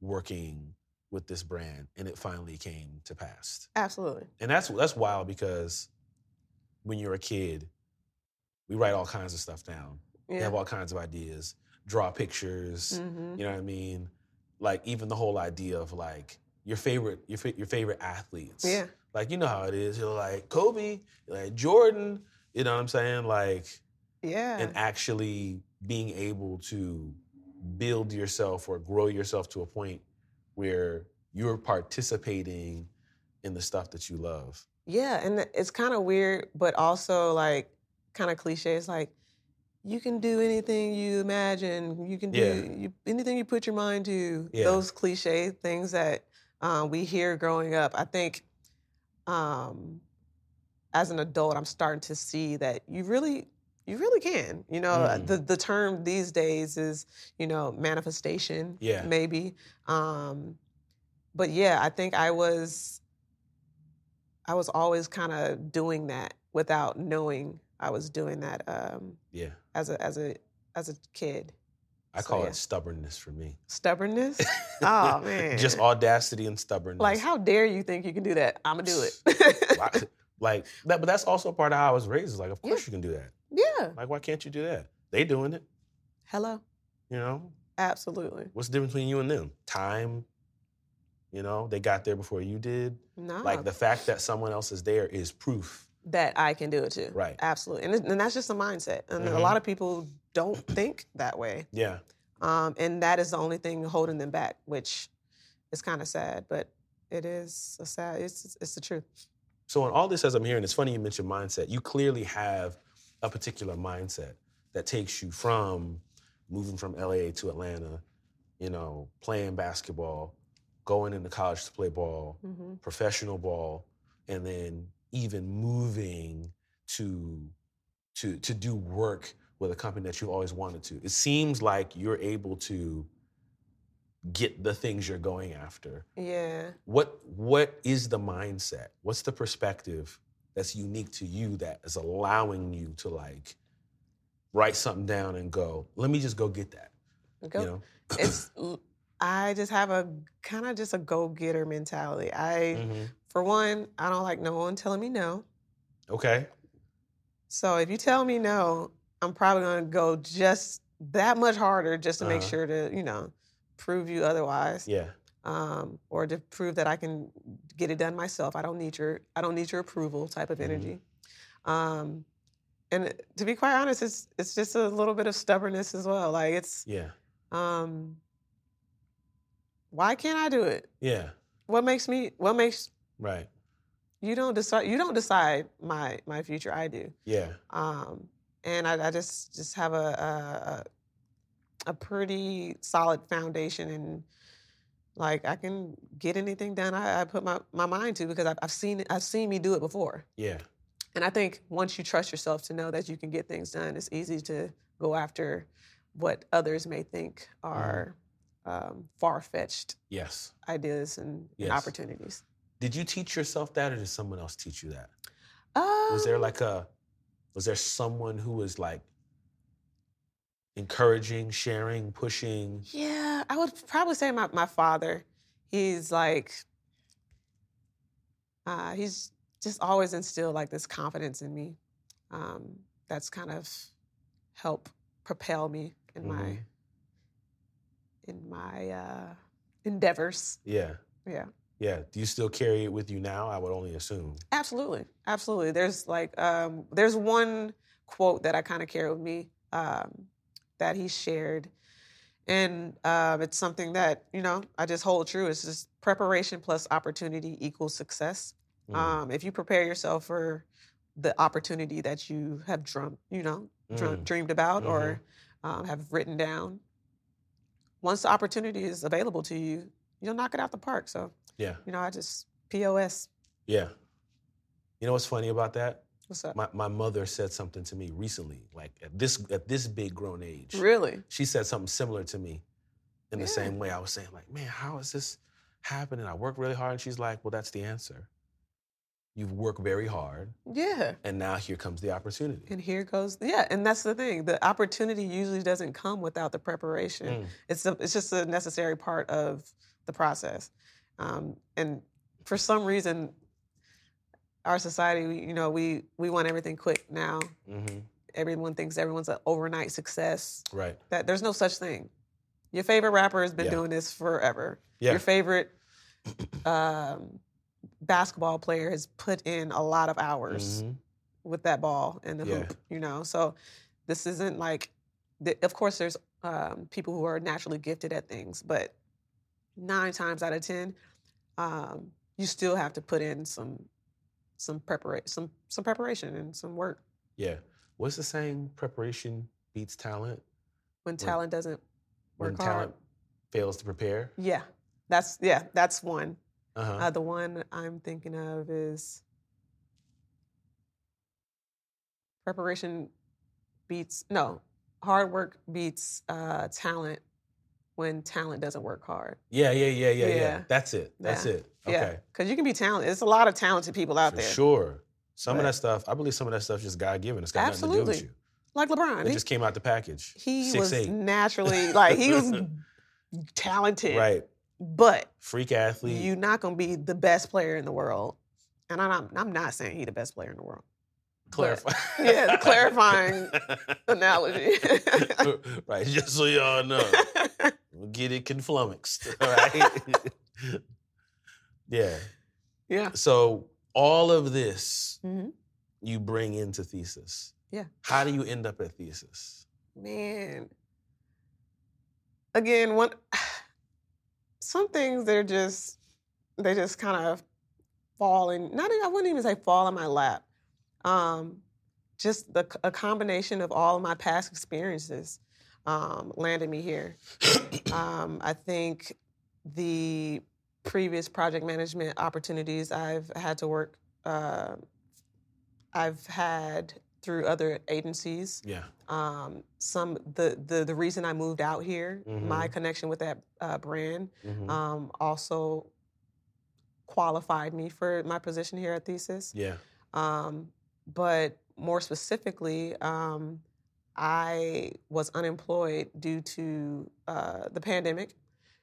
B: working with this brand and it finally came to pass.
A: Absolutely.
B: And that's that's wild because when you're a kid, we write all kinds of stuff down. We
A: Yeah.
B: have all kinds of ideas, draw pictures,
A: hmm
B: you know what I mean? Like even the whole idea of like your favorite your fa- your favorite athletes.
A: Yeah.
B: Like you know how it is. You're like Kobe, you're like Jordan, you know what I'm saying? Like
A: Yeah.
B: and actually being able to build yourself or grow yourself to a point where you're participating in the stuff that you love.
A: yeah. And it's kind of weird, but also like kind of cliche. It's like, you can do anything you imagine. You can do
B: Yeah.
A: you, anything you put your mind to.
B: Yeah.
A: Those cliche things that uh, we hear growing up. I think um, as an adult, I'm starting to see that you really, you really can. You know, uh,
B: Mm.
A: the the term these days is you know manifestation.
B: Yeah.
A: maybe. Um, but yeah, I think I was, I was always kind of doing that without knowing I was doing that. Um,
B: Yeah.
A: as a as a as a kid.
B: I
A: So,
B: call
A: yeah.
B: it stubbornness for me.
A: Stubbornness. oh man.
B: Just audacity and stubbornness.
A: like how dare you think you can do that? I'ma do it.
B: Like- like that, but that's also part of how I was raised. Is like, of
A: Yeah.
B: course you can do that.
A: yeah.
B: Like, why can't you do that? They doing it.
A: Hello.
B: You know,
A: Absolutely.
B: what's the difference between you and them? Time. You know, they got there before you did.
A: No.
B: Like the fact that someone else is there is proof.
A: that I can do it too.
B: Right.
A: Absolutely. And, it, and that's just a mindset. And a
B: Mhm.
A: lot of people don't think that way.
B: Yeah.
A: Um, and that is the only thing holding them back, which is kind of sad, but it is a sad it's it's the truth.
B: So in all this as I'm hearing, it's funny you mentioned mindset. You clearly have a particular mindset that takes you from moving from LA to Atlanta, you know, playing basketball, going into college to play ball,
A: hmm
B: professional ball, and then even moving to to to do work with a company that you've always wanted to. It seems like you're able to get the things you're going after
A: Yeah.
B: what what is the mindset what's the perspective that's unique to you that is allowing you to like write something down and go let me just go get that
A: Go
B: you know
A: it's l- I just have a kind of just a go getter mentality. I
B: Mhm.
A: for one, I don't like no one telling me no.
B: okay
A: So if you tell me no, I'm probably gonna go just that much harder just to make
B: Uh-huh.
A: sure to you know prove you otherwise,
B: yeah
A: um, or to prove that I can get it done myself. I don't need your I don't need your approval type of
B: Mhm.
A: energy. Um, and to be quite honest, it's it's just a little bit of stubbornness as well. Like it's
B: yeah
A: um, why can't I do it?
B: yeah
A: what makes me what makes
B: right
A: you don't decide you don't decide my my future i do
B: yeah
A: um and i, I just just have a, a a a pretty solid foundation and like i can get anything done i, I put my, my mind to because I've, I've seen i've seen me do it before
B: yeah
A: and i think once you trust yourself to know that you can
B: Mm-hmm.
A: get things done it's easy to go after what others may think are um, far fetched
B: Yes.
A: ideas and, and
B: Yes.
A: opportunities.
B: Did you teach yourself that, or did someone else teach you that? Was there
A: Um,
B: like a, was there someone who was like encouraging, sharing, pushing?
A: Yeah, I would probably say my, my father. He's like, uh, he's just always instilled like this confidence in me. Um, that's kind of helped propel me in my
B: Mhm.
A: in my uh, endeavors.
B: Yeah.
A: Yeah,
B: Yeah. Do you still carry it with you now? I would only assume.
A: absolutely, absolutely. There's like um, there's one quote that I kind of carry with me um, that he shared, and um, it's something that you know I just hold true. It's just preparation plus opportunity equals success.
B: Mm.
A: Um, if you prepare yourself for the opportunity that you have dreamt, you know, dr-
B: Mm. Mm-hmm.
A: dreamed about or um, have written down, once the opportunity is available to you, you'll knock it out the park. So,
B: Yeah.
A: you know, I just POS.
B: Yeah. You know what's funny about that?
A: What's up?
B: My, my mother said something to me recently, like at this at this big grown age.
A: really?
B: She said something similar to me in the
A: Yeah.
B: same way. I was saying, like, man, how is this happening? I work really hard. And she's like, well, that's the answer. You've worked very hard,
A: Yeah.
B: and now here comes the opportunity.
A: And here goes, yeah. And that's the thing. The opportunity usually doesn't come without the preparation.
B: Mm.
A: It's a, it's just a necessary part of the process. Um, and for some reason, our society, we- you know, we we want everything quick now.
B: hmm
A: Everyone thinks everyone's an overnight success.
B: Right.
A: That there's no such thing. Your favorite rapper has been
B: Yeah.
A: doing this forever.
B: Yeah.
A: Your favorite um, basketball player has put in a lot of hours
B: Mhm.
A: with that ball and the
B: Yeah.
A: hoop, you know. So this isn't like, the, of course, there's um, people who are naturally gifted at things, but nine times out of ten, um, you still have to put in some some preparation, some some preparation and some work
B: Yeah. What's the saying? Preparation beats talent.
A: when
B: Right.
A: talent doesn't
B: When
A: work hard.
B: talent fails to prepare.
A: Yeah, that's yeah, that's one.
B: Uh-huh.
A: Uh, the one I'm thinking of is preparation beats no hard work beats uh, talent when talent doesn't work hard.
B: yeah, yeah, yeah, yeah, yeah,
A: yeah.
B: That's it. That's
A: Yeah.
B: it. Okay.
A: Yeah, because you can be talented. There's a lot of talented people out
B: For
A: there.
B: sure. Some
A: But-
B: of that stuff, I believe some of that stuff just God given. It's got nothing to do
A: Absolutely.
B: with
A: Like
B: you. It
A: LeBron,
B: just came out the package.
A: he, he
B: six,
A: was
B: eight.
A: naturally like he was talented,
B: Right.
A: but
B: Freak athlete.
A: you're not gonna be the best player in the world. And I'm not, I'm not saying he's the best player in the world.
B: clarify.
A: Yeah, clarifying analogy.
B: right. Just so y'all know. We'll Get it conflummoxed. All right. yeah.
A: yeah.
B: So all of this
A: hmm
B: you bring into thesis.
A: Yeah.
B: How do you end up at thesis?
A: Man. Again, one some things they're just they just kind of fall in not even, I wouldn't even say fall in my lap. Um, just the a combination of all of my past experiences um, landed me here. um, I think the previous project management opportunities I've had to work uh, I've had through other agencies
B: Yeah.
A: um, some the, the the reason I moved out here, my connection with that uh, brand,
B: Mhm.
A: um, also qualified me for my position here at Thesis.
B: yeah.
A: Um, but more specifically, um, I was unemployed due to uh, the pandemic,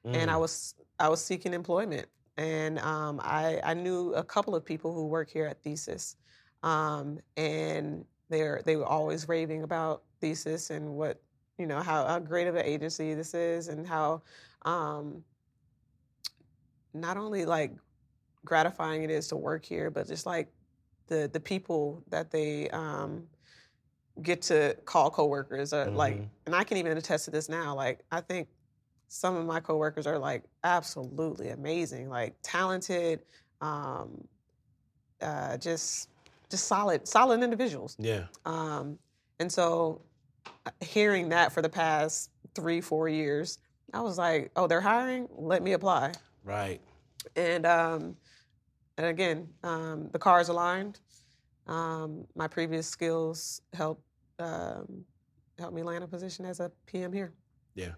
A: and I
B: Mm.
A: was I was seeking employment, and um, I I knew a couple of people who work here at Thesis, um, and they're they were always raving about Thesis and what you know how, how great of an agency this is and how um, not only like gratifying it is to work here, but just like the the people that they um, get to call coworkers are like,
B: Mhm.
A: and I can even attest to this now. Like, I think some of my coworkers are like absolutely amazing, like talented, um, uh, just just solid solid individuals.
B: Mm-hmm. yeah.
A: Um, and so, uh, hearing that for the past three four years, I was like, oh, they're hiring. Let me apply
B: Right.
A: and um, and again, um, the cars aligned. Um, my previous skills helped um, help me land a position as a PM here.
B: Yeah.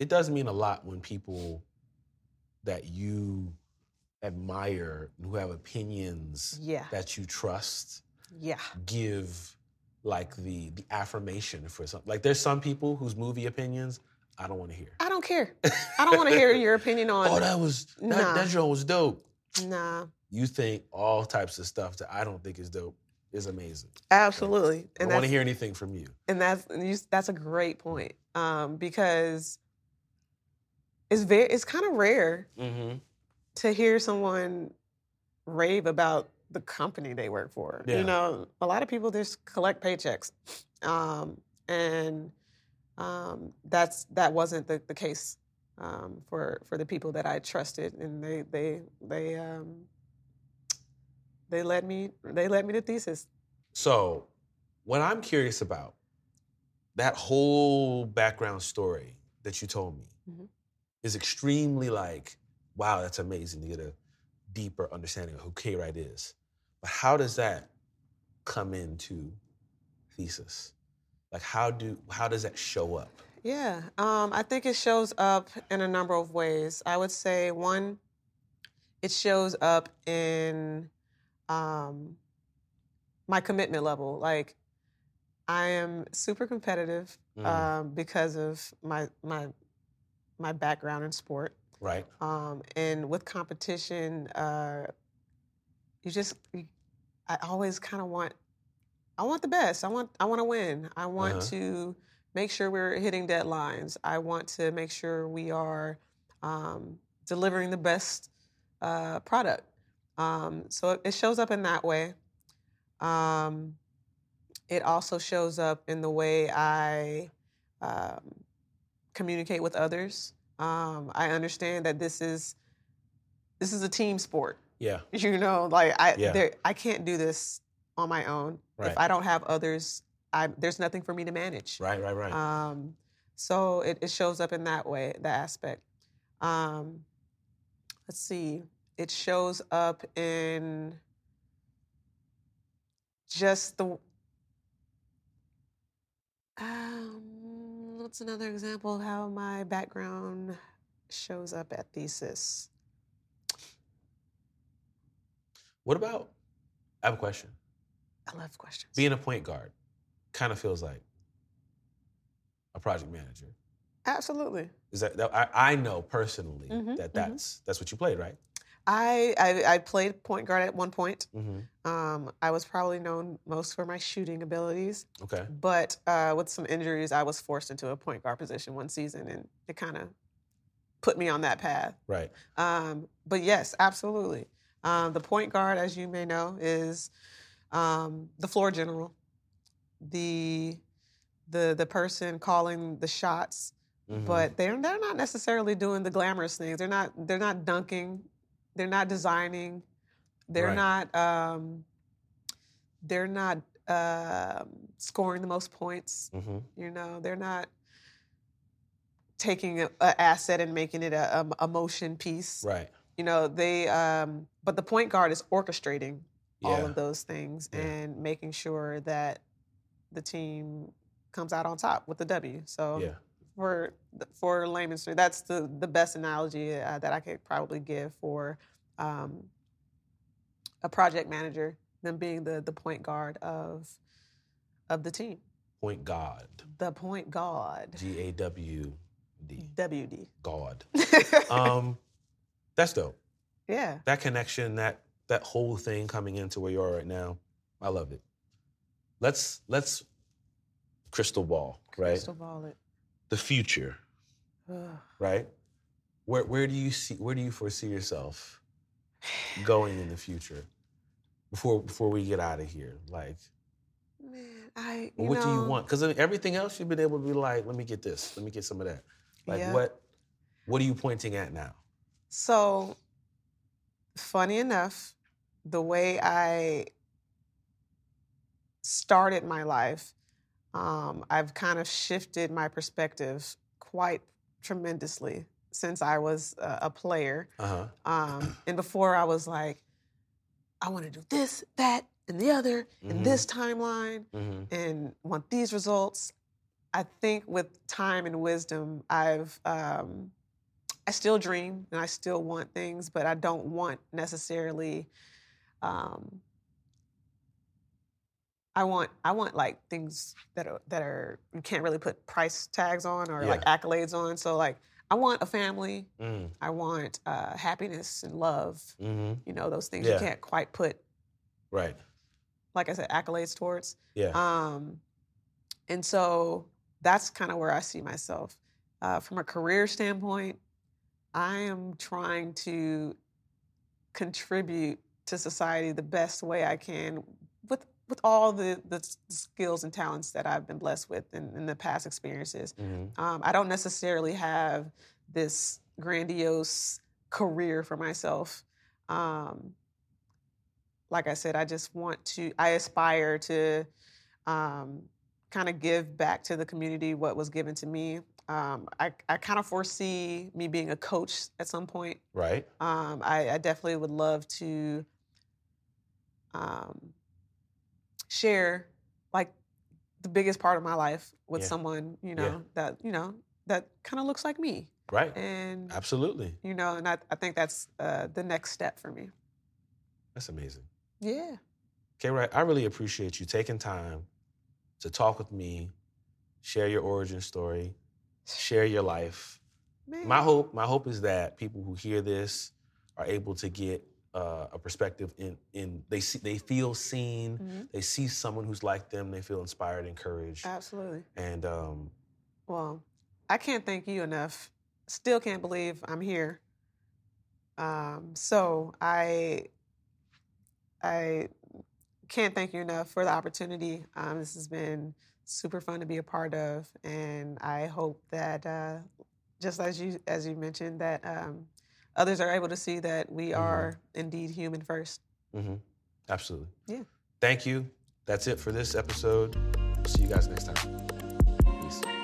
B: it does mean a lot when people that you admire and who have opinions
A: Yeah.
B: that you trust
A: Yeah.
B: give like the the affirmation for something. Like there's some people whose movie opinions I don't want to hear.
A: I don't care. I don't want to hear your opinion on.
B: Oh, that was that,
A: Nah.
B: that drone was dope.
A: Nah.
B: You think all types of stuff that I don't think is dope is amazing.
A: Absolutely.
B: I
A: And
B: don't want
A: that's
B: to hear anything from you.
A: and that's and you, that's a great point um, because it's very it's kind of rare
B: Mm-hmm.
A: to hear someone rave about the company they work for.
B: Yeah.
A: You know, a lot of people just collect paychecks, um, and um, that's that wasn't the, the case um, for for the people that I trusted, and they they they um, they led me they led me to thesis.
B: So, what I'm curious about that whole background story that you told me
A: Mhm.
B: is extremely like, wow, that's amazing to get a deeper understanding of who K Wright is. But how does that come into thesis? Like, how do how does that show up?
A: Yeah, um, I think it shows up in a number of ways. I would say one, it shows up in um, my commitment level. Like, I am super competitive
B: Mhm.
A: um, because of my my my background in sport,
B: Right?
A: um, and with competition, uh, you just you, I always kind of want I want the best. I want I want to win. I want
B: Uh-huh.
A: to make sure we're hitting deadlines. I want to make sure we are um, delivering the best uh, product. Um, so it, it shows up in that way. Um, it also shows up in the way I um, communicate with others. Um, I understand that this is this is a team sport
B: Yeah.
A: you know like i
B: Yeah.
A: there, i can't do this on my own
B: Right.
A: if i don't have others i there's nothing for me to manage
B: Right. Right. Right.
A: um so it, it shows up in that way that aspect um let's see it shows up in just the um, what's another example of how my background shows up at thesis
B: what about? I have a question.
A: i love questions
B: Being a point guard kind of feels like a project manager.
A: absolutely
B: Is that, that I, I know personally
A: Mhm,
B: that
A: mhm.
B: that's that's what you played, right?
A: I, I I played point guard at one point.
B: Mm-hmm.
A: Um, I was probably known most for my shooting abilities,
B: Okay.
A: but uh, with some injuries, I was forced into a point guard position one season, and it kind of put me on that path.
B: Right.
A: Um, but yes, absolutely. Um, the point guard, as you may know, is um, the floor general, the the the person calling the shots
B: Mhm.
A: but they're they're not necessarily doing the glamorous things. They're not they're not dunking, they're not designing, they're not um, they're not um scoring the most points.
B: Mhm.
A: You know, they're not taking a, a asset and making it a, a, a motion piece.
B: right.
A: You know, they um, but the point guard is orchestrating
B: Yeah.
A: all of those things
B: Yeah.
A: and making sure that the team comes out on top with the W. So
B: yeah.
A: for for layman's term, that's the the best analogy uh, that I could probably give for um, a project manager, them being the the point guard of of the team,
B: Point God.
A: the point guard,
B: G A W D.
A: WD.
B: God. Um, that's dope.
A: yeah,
B: That connection, that that whole thing coming into where you are right now, I love it. Let's let's crystal ball, right?
A: crystal ball it.
B: The future,
A: Ugh.
B: right? Where where do you see where do you foresee yourself going in the future? Before before we get out of here, like
A: Man, I.
B: Well,
A: you
B: what do you
A: know,
B: want? Because everything else you've been able to be like, let me get this, let me get some of that. Like
A: Yeah.
B: what? What are you pointing at now?
A: So, funny enough, the way I started my life, um, I've kind of shifted my perspective quite tremendously since I was a, a player.
B: Uh huh.
A: Um, and before I was like, I want to do this, that, and the other, in
B: Mhm.
A: this timeline,
B: Mm-hmm.
A: and want these results. I think with time and wisdom, I've um, I still dream and I still want things, but I don't want necessarily. Um, I want I want like things that are that are you can't really put price tags on or like accolades on. So like I want a family.
B: Mm,
A: I want uh, happiness and love.
B: hmm
A: You know those things
B: Yeah.
A: you can't quite put
B: Right.
A: like I said accolades towards.
B: Yeah.
A: Um, and so that's kind of where I see myself. Uh, from a career standpoint, I am trying to contribute to society the best way I can with with all the, the s- skills and talents that I've been blessed with in, in the past experiences.
B: hmm
A: Um, I don't necessarily have this grandiose career for myself. Um, like I said, I just want to, I aspire to um, kind of give back to the community what was given to me. Um, I, I kind of foresee me being a coach at some point.
B: Right.
A: Um, I, I definitely would love to um, share like the biggest part of my life with
B: Yeah.
A: someone, you know,
B: Yeah.
A: that you know that kind of looks like me,
B: Right.
A: and
B: Absolutely.
A: you know, and I, I think that's uh, the next step for me.
B: That's amazing.
A: Yeah,
B: Okay, right. I really appreciate you taking time to talk with me, share your origin story, share your life.
A: man.
B: My hope, my hope is that people who hear this are able to get uh, a perspective in in they see they feel seen,
A: Mhm.
B: they see someone who's like them, they feel inspired, encouraged,
A: Uh absolutely.
B: and um,
A: Well, I can't thank you enough. Still can't believe I'm here. Um, so I I can't thank you enough for the opportunity. Um, this has been super fun to be a part of, and I hope that uh, just as you as you mentioned that um, others are able to see that we
B: Mhm.
A: are indeed human first.
B: mhm. absolutely.
A: Yeah.
B: Thank you. That's it for this episode. See you guys next time. Peace.